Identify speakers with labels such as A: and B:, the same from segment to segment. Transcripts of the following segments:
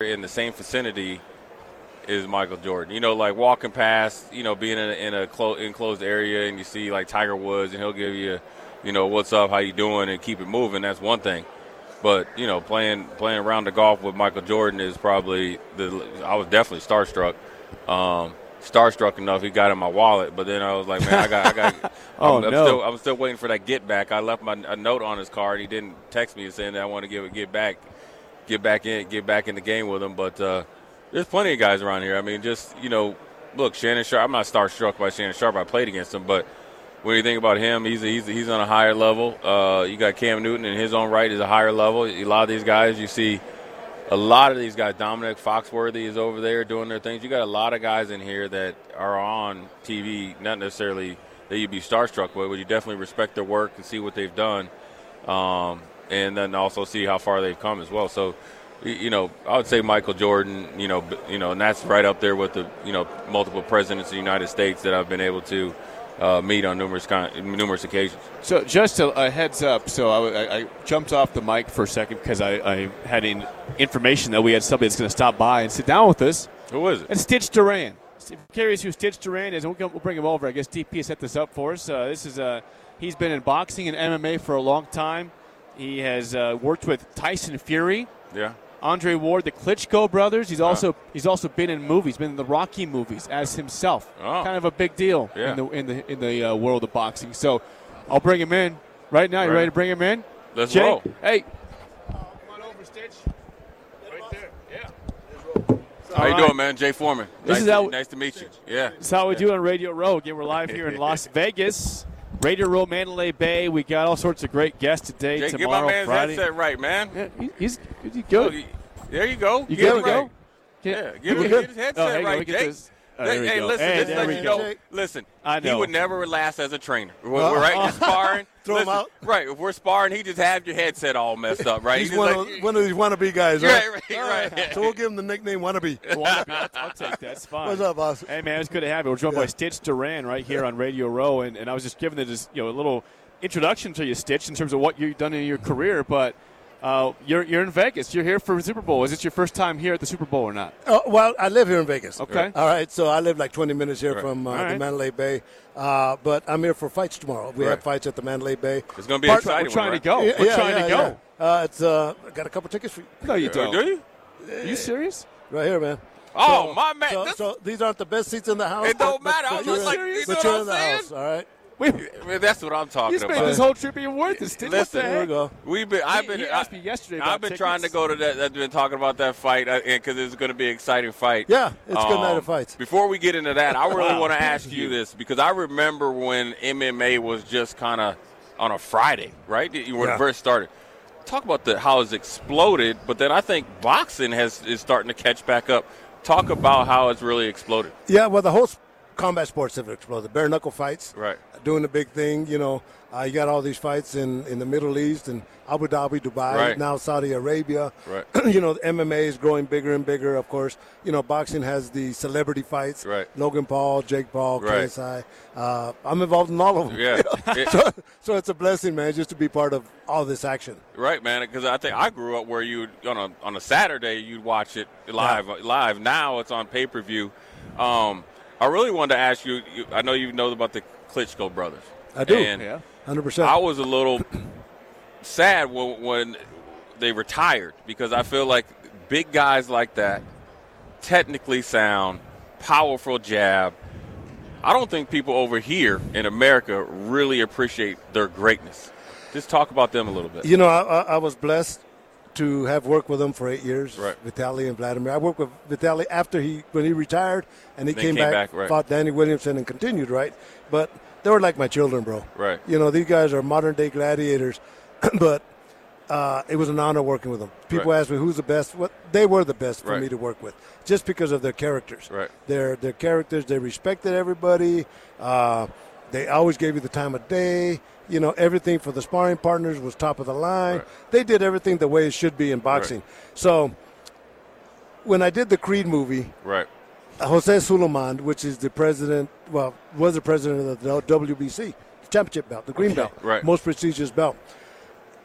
A: in the same vicinity is Michael Jordan. You know, like walking past, you know, being in a, in a clo- enclosed area and you see like Tiger Woods and he'll give you, you know, what's up, how you doing, and keep it moving. That's one thing. But you know, playing playing around the golf with Michael Jordan is probably the. I was definitely starstruck. Um, starstruck enough, he got in my wallet. But then I was like, man, I got, I got.
B: Oh,
A: I'm, I'm
B: no.
A: still, I'm still waiting for that get back. I left my a note on his car, and he didn't text me saying that I want to give a get back, get back in, get back in the game with him. But uh, there's plenty of guys around here. I mean, just you know, look, Shannon Sharp. I'm not starstruck by Shannon Sharp. I played against him, but when you think about him, he's he's he's on a higher level. Uh, you got Cam Newton in his own right is a higher level. A lot of these guys you see, a lot of these guys. Dominic Foxworthy is over there doing their things. You got a lot of guys in here that are on TV, not necessarily that you'd be starstruck with, but you definitely respect their work and see what they've done, um, and then also see how far they've come as well. So. y- You know, I would say Michael Jordan. You know, b- you know, and that's right up there with the you know multiple presidents of the United States that I've been able to uh, meet on numerous con- numerous occasions.
B: So just a, a heads up. So I, I- I jumped off the mic for a second because I, I had in information that we had somebody that's going to stop by and sit down with us.
A: Who is it?
B: And Stitch Duran. If you're curious who Stitch Duran is, we'll, go- we'll bring him over. I guess DP set this up for us. Uh, this is uh, he's been in boxing and MMA for a long time. He has uh, worked with Tyson Fury,
A: Yeah.
B: Andre Ward, the Klitschko brothers. He's also he's also been in movies, been in the Rocky movies as himself.
A: Oh.
B: Kind of a big deal
A: Yeah.
B: in the in the in the uh, world of boxing. So I'll bring him in right now. You
A: Right.
B: ready to bring him in?
A: Let's
B: Jake,
A: roll.
B: hey, come on over, Stitch. Right there. Yeah.
A: How you
B: All right.
A: doing, man? Jay Foreman.
B: This
A: nice,
B: is
A: to,
B: how-
A: nice to meet you. Yeah.
B: That's how we do on Radio Row. Again, we're live here in Las Vegas, Radio Row, Mandalay Bay. We got all sorts of great guests today,
A: Jay, get my
B: tomorrow,
A: man's
B: Friday.
A: headset right, man.
B: Yeah, he- he's, he's
A: Oh,
B: good.
A: you- There you go.
B: You
A: Get
B: good
A: it
B: to go?
A: right. Yeah, give him get his
B: Oh,
A: headset
B: hang on,
A: right,
B: we get
A: Jake.
B: this. Oh,
A: Hey,
B: there we
A: hey,
B: go.
A: listen,
B: Hey,
A: just
B: there
A: let
B: we
A: you
B: go.
A: know. Listen,
B: I know. Uh-huh.
A: he would never last as a trainer. We're, we're right, we're sparring.
C: Throw him
A: Listen,
C: out.
A: Right, if we're sparring, he just have your headset all messed up, right?
C: He's
A: just
C: one,
A: like-
C: of, one of these wannabe guys,
A: Right,
C: right?
A: right,
C: All
A: right.
C: So we'll give him the nickname wannabe.
B: Well, I'll, I'll- I'll take that. It's fine.
C: What's up, boss?
B: Hey, man, it's good to have you. We're joined by
C: Yeah.
B: Stitch Duran right here on Radio Row, and, and I was just giving it just, you know a little introduction to you, Stitch, in terms of what you've done in your career, but. Uh, you're, you're in Vegas. You're here for the Super Bowl. Is this your first time here at the Super Bowl or not?
C: Oh, well, I live here in Vegas.
B: Okay.
C: All right. So I live like 20 minutes here from uh,
B: All right.
C: the Mandalay Bay, uh, but I'm here for fights tomorrow. We
A: Right.
C: have fights at the Mandalay Bay.
A: It's gonna be
C: Part-
A: exciting.
B: We're trying to
A: right?
B: go.
C: Yeah,
B: We're
C: yeah,
B: trying to
C: yeah,
B: go.
C: yeah. Uh, it's uh, I got a couple tickets for you
B: No, you
A: Oh,
B: don't.
A: Do you?
B: you serious?
C: right here, man.
A: Oh, my man,
C: So,
A: this-
C: so these aren't the best seats in the house.
A: It don't
C: but-
A: matter. I was
C: But, but you're
A: just like,
C: in-
A: you know
C: but
A: what
C: you're
A: I'm
C: in the
A: saying?
C: house. All right.
B: Wait,
A: Man, that's what I'm talking
B: he's made
A: about.
B: this whole trip even worth it. Stitch.
A: Listen,
B: what the
C: Here we
B: heck?
C: go.
A: We've been. I've been.
B: he asked me yesterday
A: I've
B: about
A: been trying to
B: tickets.
A: go to that. I've been talking about that fight because it's going to be an exciting fight. Um,
C: Yeah, it's a good night of fights.
A: Before we get into that, I really
B: Wow.
A: want to ask you this because I remember when MMA was just kind of on a Friday, right? When
C: Yeah.
A: it first started. Talk about the how it's exploded, but then I think boxing has is starting to catch back up. Talk about how it's really exploded.
C: Yeah, well, the whole s- combat sports have exploded. Bare knuckle fights,
A: Right.
C: Doing the big thing, you know. Uh, you got all these fights in, in the Middle East and Abu Dhabi, Dubai,
A: Right.
C: now Saudi Arabia.
A: Right.
C: you know, the MMA is growing bigger and bigger. Of course, you know, boxing has the celebrity fights.
A: Right.
C: Logan Paul, Jake Paul,
A: Right.
C: KSI. Uh, I'm involved in all of them.
A: Yeah, It-
C: so, so it's a blessing, man, just to be part of all this action.
A: Right, man. Because I think I grew up where you on a on a Saturday you'd watch it live. Live now it's on pay per view. Um, I really wanted to ask you, you. I know you know about the Klitschko brothers.
C: I do.
A: And
B: Yeah.
C: 100%.
A: I was a little sad when, when they retired because I feel like big guys like that, technically sound, powerful jab. I don't think people over here in America really appreciate their greatness. Just talk about them a little bit.
C: You know, I, I, I was blessed to have worked with him for eight years,
A: Right.
C: Vitaly and Vladimir. I worked with Vitaly after he when he retired, and he
A: Then
C: came,
A: came
C: back,
A: back, right.
C: fought Danny Williamson, and continued. Right, but they were like my children, bro.
A: Right.
C: You know, these guys are modern day gladiators, but uh, it was an honor working with them. People
A: Right.
C: ask me who's the best. What they were the best for
A: Right.
C: me to work with, just because of their characters.
A: Right.
C: Their their characters. They respected everybody. Uh, they always gave you the time of day. You know, everything for the sparring partners was top of the line.
A: Right.
C: They did everything the way it should be in boxing. So when I did the Creed movie,
A: Right.
C: Jose Suleiman, which is the president, well, was the president of the WBC championship belt, the green belt,
A: right.
C: most prestigious belt.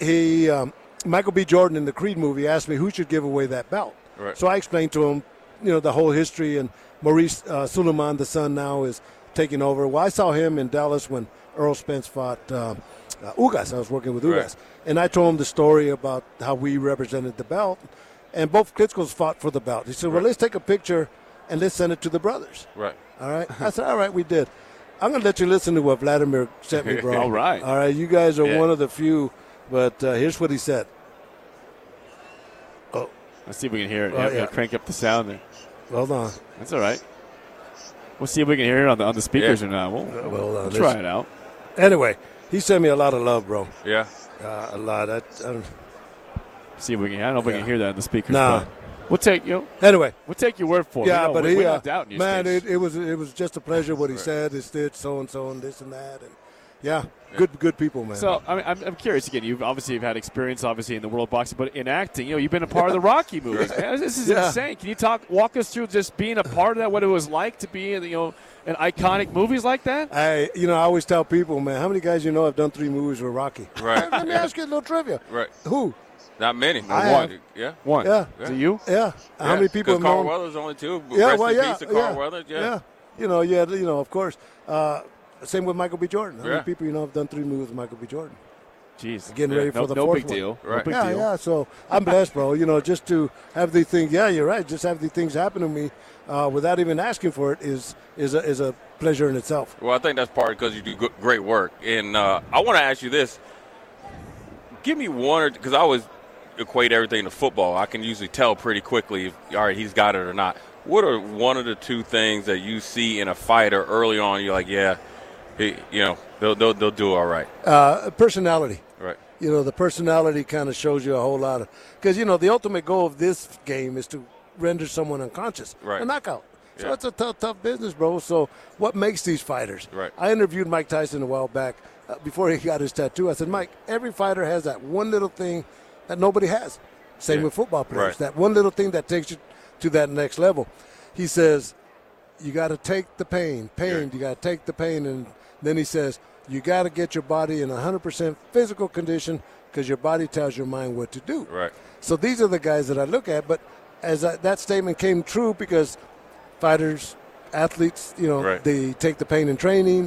C: He, um, Michael B. Jordan in the Creed movie asked me who should give away that belt.
A: Right.
C: So I explained to him, you know, the whole history. And Maurice uh, Suleiman, the son now, is taking over. Well, I saw him in Dallas when Earl Spence fought uh, uh, Ugas. I was working with Ugas.
A: Right.
C: And I told him the story about how we represented the belt. And both Klitschko's fought for the belt. He said, well, let's take a picture and let's send it to the brothers.
A: Right.
C: All right. I said, all right, we did. I'm going to let you listen to what Vladimir sent me, bro.
B: All right.
C: All right. You guys are
A: Yeah.
C: one of the few, but uh, here's what he said.
B: Let's see if we can hear it.
C: Oh,
B: yeah,
C: yeah.
B: yeah, crank up the sound there.
C: Hold on.
B: That's all right. We'll see if we can hear it on the on the speakers
A: Yeah.
B: or not. We'll,
C: Well, hold on.
B: we'll
C: This-
B: try it out.
C: Anyway, he sent me a lot of love, bro.
A: Yeah.
C: Uh, a lot. I, I don't,
B: See if we can. I don't know if we
C: Yeah.
B: can hear that on the speakers.
C: Nah.
B: but We'll take you. Know,
C: anyway,
B: we'll take your word for it.
C: yeah,
B: we know-
C: but
B: we,
C: he,
B: we're
C: uh,
B: not doubting you,
C: man,
B: Stitch.
C: it, it was it was just a pleasure what he said. It's did so and so and this and that and yeah, good good people, man.
B: So I mean, I'm, I'm curious again. You've obviously have had experience, obviously in the world of boxing, but in acting, you know, you've been a part of the Rocky movies. Man, this is
C: Yeah.
B: insane. Can you talk, walk us through just being a part of that? What it was like to be in, you know, in iconic movies like that?
C: I you know I always tell people, man, how many guys you know have done three movies with Rocky?
A: Right.
C: Let me ask you a little trivia.
A: Right.
C: Who?
A: Not many.
C: I
A: One.
C: have.
A: Yeah.
B: One.
C: Yeah.
B: To you?
C: Yeah. How
A: Yeah.
C: many people?
A: 'Cause
C: have
A: Carl
C: known-
A: Weathers only two.
C: Yeah,
A: Rest
C: well,
A: in
C: yeah,
A: peace to Carl
C: yeah,
A: Weathers. Yeah.
C: You know, yeah, you know, of course. Uh, same with Michael B. Jordan. How many
A: Yeah.
C: people you know have done three movies with Michael B. Jordan?
B: Jeez.
C: Getting
A: Yeah,
C: ready
B: no,
C: for the
B: no
C: fourth
B: big
C: one.
B: deal. No
A: Right.
B: big
C: yeah,
B: deal.
C: yeah. So I'm blessed, bro. You know, just to have these things. Yeah, you're right. Just have these things happen to me uh, without even asking for it is is a, is a pleasure in itself.
A: Well, I think that's part because you do g- great work. And uh, I want to ask you this: Give me one or because I always equate everything to football. I can usually tell pretty quickly. If, all right, he's got it or not. What are one of the two things that you see in a fighter early on? You're like, yeah, he, you know, they'll, they'll they'll do all right,
C: Uh, personality.
A: right?
C: You know, the personality kind of shows you a whole lot of because you know the ultimate goal of this game is to render someone unconscious,
A: Right.
C: a knockout. So
A: Yeah.
C: it's a tough, tough business, bro. So what makes these fighters?
A: Right.
C: I interviewed Mike Tyson a while back uh, before he got his tattoo. I said, Mike, every fighter has that one little thing that nobody has. Same
A: Yeah.
C: with football players.
A: Right.
C: That one little thing that takes you to that next level. He says, you got to take the pain, pain.
A: Yeah.
C: You got to take the pain, and then he says you got to get your body in 100% physical condition because your body tells your mind what to do.
A: Right.
C: So these are the guys that I look at. But as I, that statement came true because fighters, athletes, you know,
A: Right.
C: they take the pain in training,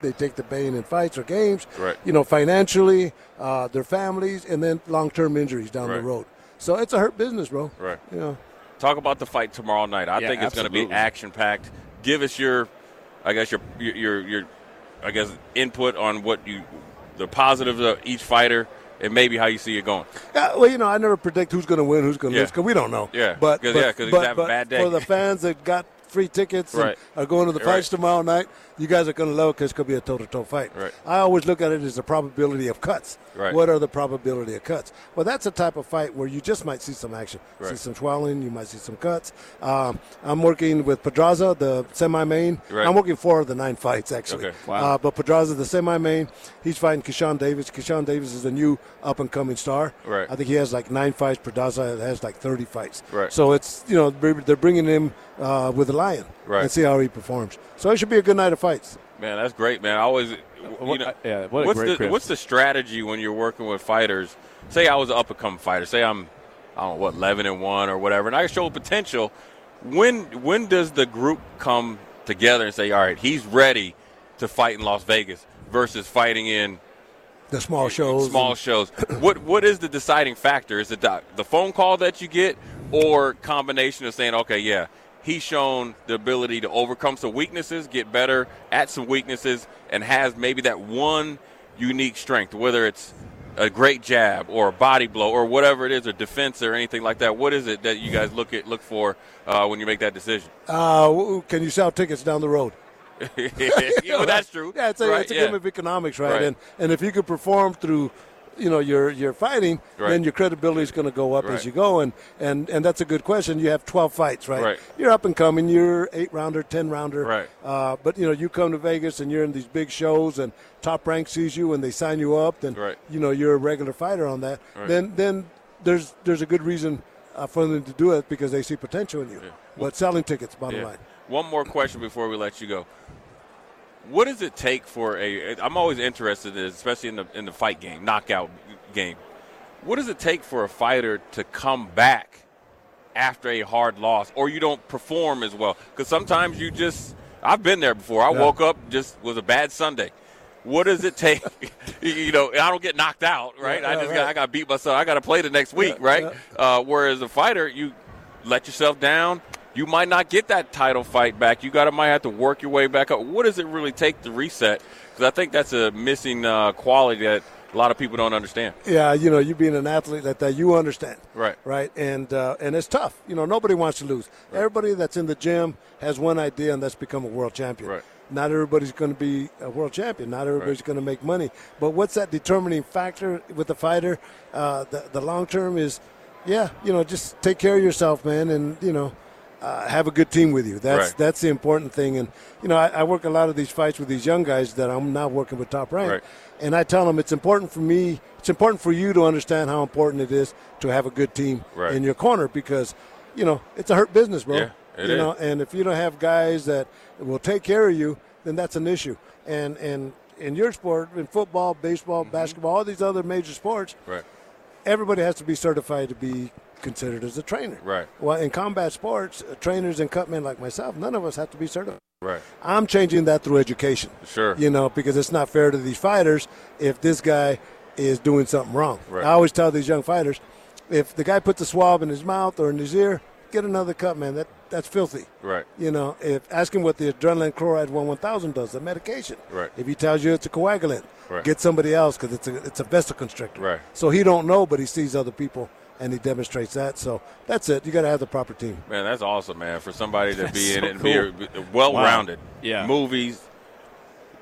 C: they take the pain in fights or games.
A: Right.
C: You know, financially, uh, their families, and then long-term injuries down the
A: Right.
C: road. So it's a hurt business, bro.
A: Right.
C: You know.
A: Talk about the fight tomorrow night. I
B: Yeah,
A: think it's going to be
B: absolutely.
A: action packed. Give us your, I guess your your your, your I guess input on what you the positives of each fighter and maybe how you see it going.
C: Yeah, Uh, well, you know, I never predict who's going to win, who's going to
A: Yeah.
C: 'cause lose, because we don't know.
A: Yeah,
C: but
A: 'cause-
C: but,
A: yeah, 'cause he's
C: but,
A: having a
C: but
A: bad day.
C: for the fans that got free tickets
A: Right.
C: and are going to the
A: Right.
C: fights tomorrow night, you guys are going to love because it's going to be a toe-to-toe fight.
A: Right.
C: I always look at it as the probability of cuts.
A: Right.
C: What are the probability of cuts? Well, that's a type of fight where you just might see some action, see
A: Right.
C: some swelling, you might see some cuts. Um, I'm working with Pedraza, the semi-main.
A: Right.
C: I'm working four of the nine fights actually.
A: Okay.
B: Wow.
C: Uh, but Pedraza, the semi-main, he's fighting Kishan Davis. Kishan Davis is a new up-and-coming star.
A: Right.
C: I think he has like nine fights. Pedraza has like 30 fights.
A: Right.
C: So it's, you know, they're they're bringing him uh, with a lion
A: Right.
C: and see how he performs. So it should be a good night of fights.
A: Man, that's great, man. I always, you
B: what- uh,
A: know,
B: yeah, what a
A: what's
B: great
A: the
B: crisp.
A: what's the strategy when you're working with fighters? Say I was an up and coming fighter. Say I'm, I don't know what, eleven and one or whatever, and I show potential. When when does the group come together and say, all right, he's ready to fight in Las Vegas versus fighting in
C: The small shows.
A: small shows? what what is the deciding factor? Is it the, the phone call that you get? or combination of saying, okay, yeah, he's shown the ability to overcome some weaknesses, get better at some weaknesses, and has maybe that one unique strength, whether it's a great jab or a body blow or whatever it is, a defense or anything like that. What is it that you guys look at look for uh, when you make that decision?
C: Uh, w- can you sell tickets down the road?
A: yeah, well, that's true.
C: Yeah, it's a,
A: right?
C: it's a
A: yeah.
C: game of economics, right?
A: Right.
C: And and if you could perform through, you know, your your fighting,
A: Right.
C: then your credibility is going to go up
A: Right.
C: as you go. And, and and that's a good question. You have twelve fights, right?
A: Right.
C: You're up and coming. You're eight rounder, ten rounder.
A: Right.
C: Uh, but you know, you come to Vegas and you're in these big shows, and top rank sees you and they sign you up, and
A: Right.
C: you know you're a regular fighter on that.
A: Right.
C: Then then there's there's a good reason. Uh, for them to do it because they see potential in you. But selling tickets, bottom
A: Yeah.
C: line.
A: One more question before we let you go. What does it take for a? I'm always interested, in, especially in the in the fight game, knockout game. What does it take for a fighter to come back after a hard loss, or you don't perform as well? Because sometimes you just. I've been there before. I
C: Yeah.
A: woke up just was a bad Sunday. What does it take? you know, I don't get knocked out, right?
C: Yeah,
A: I
C: yeah,
A: just
C: right.
A: got I got to beat myself. I got to play the next week, right? Uh, whereas a fighter, you let yourself down. You might not get that title fight back. You got to might have to work your way back up. What does it really take to reset? Because I think that's a missing uh, quality that a lot of people don't understand.
C: yeah, you know, you being an athlete like that, you understand,
A: Right.
C: Right, and uh, and it's tough. You know, nobody wants to lose. Everybody that's in the gym has one idea, and that's become a world champion.
A: Right.
C: Not everybody's going to be a world champion. Not everybody's going to make money. But what's that determining factor with the fighter? Uh, the the long term is, yeah, you know, just take care of yourself, man, and you know. Uh, have a good team with you. That's
A: Right.
C: that's the important thing. And you know, I, I work a lot of these fights with these young guys that I'm now working with top rank
A: Right.
C: and I tell them it's important for me, it's important for you to understand how important it is to have a good team
A: Right.
C: in your corner because, you know, it's a hurt business, bro.
A: Yeah, it
C: you
A: is.
C: know, and if you don't have guys that will take care of you, then that's an issue. And and in your sport, in football, baseball, basketball, all these other major sports,
A: Mm-hmm. Right.
C: everybody has to be certified to be considered as a trainer.
A: Right.
C: Well, in combat sports, uh, trainers and cutmen like myself, none of us have to be certified.
A: Right.
C: I'm changing that through education.
A: Sure.
C: You know, because it's not fair to these fighters if this guy is doing something wrong.
A: Right.
C: I always tell these young fighters, if the guy puts a swab in his mouth or in his ear, get another cut, man. That that's filthy.
A: Right.
C: You know, if ask him what the adrenaline chloride one one thousand does, the medication.
A: Right.
C: If he tells you it's a coagulant,
A: Right.
C: get somebody else because it's a it's a vessel constrictor.
A: Right.
C: So he don't know, but he sees other people and he demonstrates that. So that's it. You got to have the proper team.
A: Man, that's awesome, man. For somebody to be
B: That's
A: in
B: so
A: it and be- be well-rounded.
B: Wow. Yeah.
A: Movies,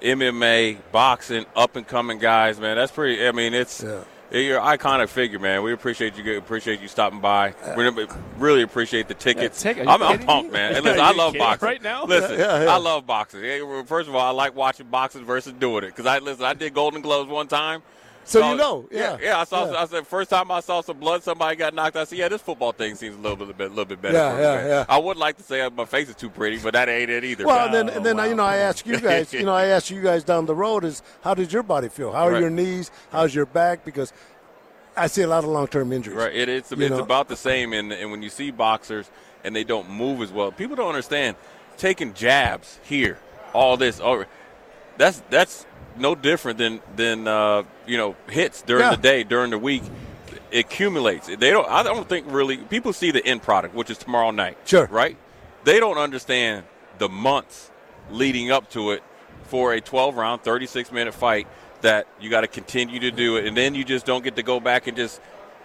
A: MMA, boxing, up-and-coming guys, man. That's pretty. I mean, it's
C: Yeah.
A: you're an iconic figure, man. We appreciate you. Appreciate you stopping by. we really appreciate the tickets.
B: Yeah, take- Uh, are you
A: I'm, I'm
B: kidding
A: pumped,
B: me?
A: man. And
B: Are
A: listen, I
B: you
A: love
B: kidding
A: boxing
B: right now?
A: Listen,
C: Yeah, yeah.
A: I love boxing. Yeah, well, First of all, I like watching boxing versus doing it because I listen. I did Golden Gloves one time.
C: So you know,
A: yeah,
C: yeah.
A: I saw.
C: Yeah.
A: I said first time I saw some blood, somebody got knocked. I said, yeah, this football thing seems a little bit, a little bit better.
C: Yeah,
A: for me,
C: yeah,
A: man.
C: yeah.
A: I would like to say uh, my face is too pretty, but that ain't it either.
C: Well,
A: man.
C: and then, and then you know, I ask you guys, you know, I ask you guys down the road is how does your body feel? How are
A: Right.
C: your knees? How's your back? Because I see a lot of long term injuries.
A: Right. It, it's
C: You
A: it's
C: know?
A: about the same. And, and when you see boxers and they don't move as well, people don't understand taking jabs here, all this over. That's that's no different than than uh, you know hits during
C: Yeah.
A: the day during the week. It accumulates. They don't. I don't think really people see the end product, which is tomorrow night.
C: Sure.
A: Right. They don't understand the months leading up to it for a 12 round, 36 minute fight that you got to continue to do it. And then you just don't get to go back and just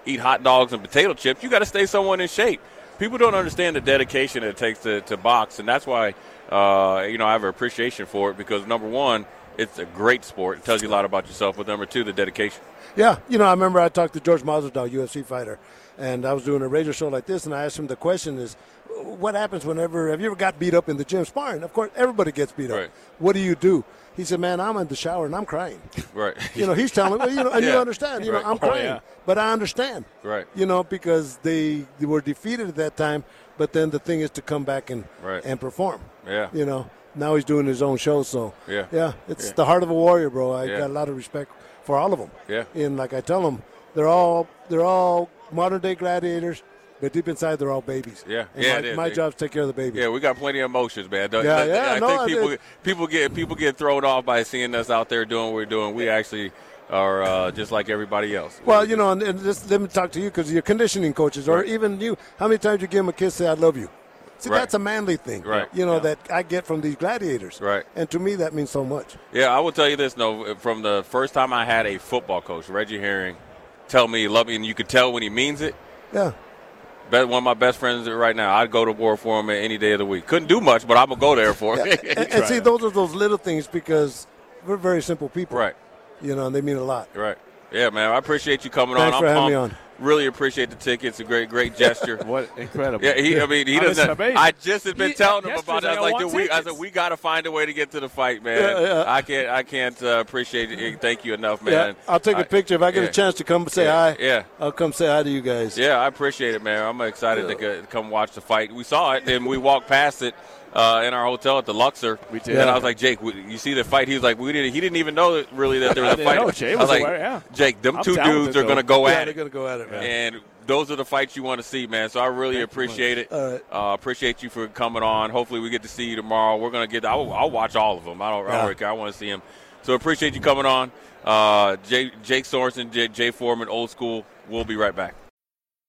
A: eat hot dogs and potato chips. You got to stay someone in shape. People don't understand the dedication it takes to, to box. And that's why, uh, you know, I have an appreciation for it because number one, it's a great sport. It tells you a lot about yourself. But number two, the dedication.
C: Yeah, you know, I remember I talked to George Masvidal, UFC fighter, and I was doing a radio show like this, and I asked him the question is, what happens whenever? Have you ever got beat up in the gym sparring? Of course, everybody gets beat up.
A: Right.
C: What do you do? He said, "Man, I'm in the shower and I'm crying."
A: Right.
C: You know, he's telling me, well, you know, and
A: Yeah.
C: you understand. You
A: Right.
C: know, I'm
A: Oh,
C: crying,
B: yeah.
C: but I understand.
A: Right.
C: You know, because they, they were defeated at that time, but then the thing is to come back and
A: Right.
C: and perform.
A: Yeah.
C: You know, now he's doing his own show, so
A: Yeah.
C: yeah, it's
A: Yeah.
C: the heart of a warrior, bro. I
A: Yeah.
C: got a lot of respect for all of them.
A: Yeah.
C: And like I tell them, they're all they're all modern day gladiators, but deep inside they're all babies.
A: Yeah.
C: And
A: Yeah,
C: my,
A: it is.
C: my
A: It-
C: job's to take care of the babies.
A: Yeah, we got plenty of emotions, man. Don't-
C: Yeah,
A: don't-
C: yeah,
A: I
C: no,
A: think
C: I
A: people
C: did.
A: people get people get thrown off by seeing us out there doing what we're doing. We actually or uh, just like everybody else.
C: Well, you know, and, and just let me talk to you because your conditioning coaches, or
A: Right.
C: even you, how many times you give them a kiss, say "I love you." See,
A: Right.
C: that's a manly thing,
A: Right.
C: You know that I get from these gladiators,
A: Right.
C: And to me, that means so much.
A: Yeah, I will tell you this. No, from the first time I had a football coach, Reggie Herring, tell me love me, and you could tell when he means it.
C: Yeah,
A: Be- One of my best friends right now. I'd go to war for him any day of the week. Couldn't do much, but I'm gonna go there for
C: yeah.
A: him.
C: and, and see, those are those little things because we're very simple people,
A: right,
C: You know, and they mean a lot.
A: right. Yeah, man. I appreciate you coming
C: Thanks
A: on.
C: for
A: I'm
C: having me
A: pumped.
C: on.
A: Really appreciate the tickets. A great, great gesture.
B: What incredible!
A: Yeah, he, I mean, he
B: Oh, this is
A: doesn't.
B: amazing.
A: I just had been
B: He-
A: telling him
B: yesterday
A: about it. I
B: I
A: was like,
B: want
A: dude, we, I said,
B: tickets.
A: we got to find a way to get to the fight, man.
C: Yeah, yeah.
A: I can't, I can't uh, appreciate it. eh, Thank you enough, man.
C: Yeah, I'll take
A: a
C: a picture if I get
A: yeah.
C: a chance to come say
A: Yeah,
C: hi.
A: yeah.
C: I'll come say hi to you guys.
A: Yeah, I appreciate it, man. I'm excited to go- come watch the fight. We saw it, and we walked past it uh, in our hotel at the Luxor.
B: We did.
A: And I was like, Jake, we, you see the fight? He was like, we didn't. He didn't even know that, really that there was
B: I
A: a
B: didn't
A: fight.
B: know. Jay
A: I
B: was
A: like,
B: aware, yeah.
A: Jake, them
B: I'm
A: two
B: talented,
A: dudes are
B: though.
A: going to go
C: Yeah,
A: at
C: they're
A: it.
C: gonna go at it, man.
A: And those are the fights you want to see, man. So I really appreciate it.
C: All right.
A: Uh, appreciate you for coming on. Hopefully, we get to see you tomorrow. We're gonna get. I'll, I'll watch all of them. I don't. I don't
C: Yeah.
A: really care. I want to see them. So appreciate you coming on. Uh, Jay, Jake Sorensen, Jay, Jay Foreman, old school. We'll be right back.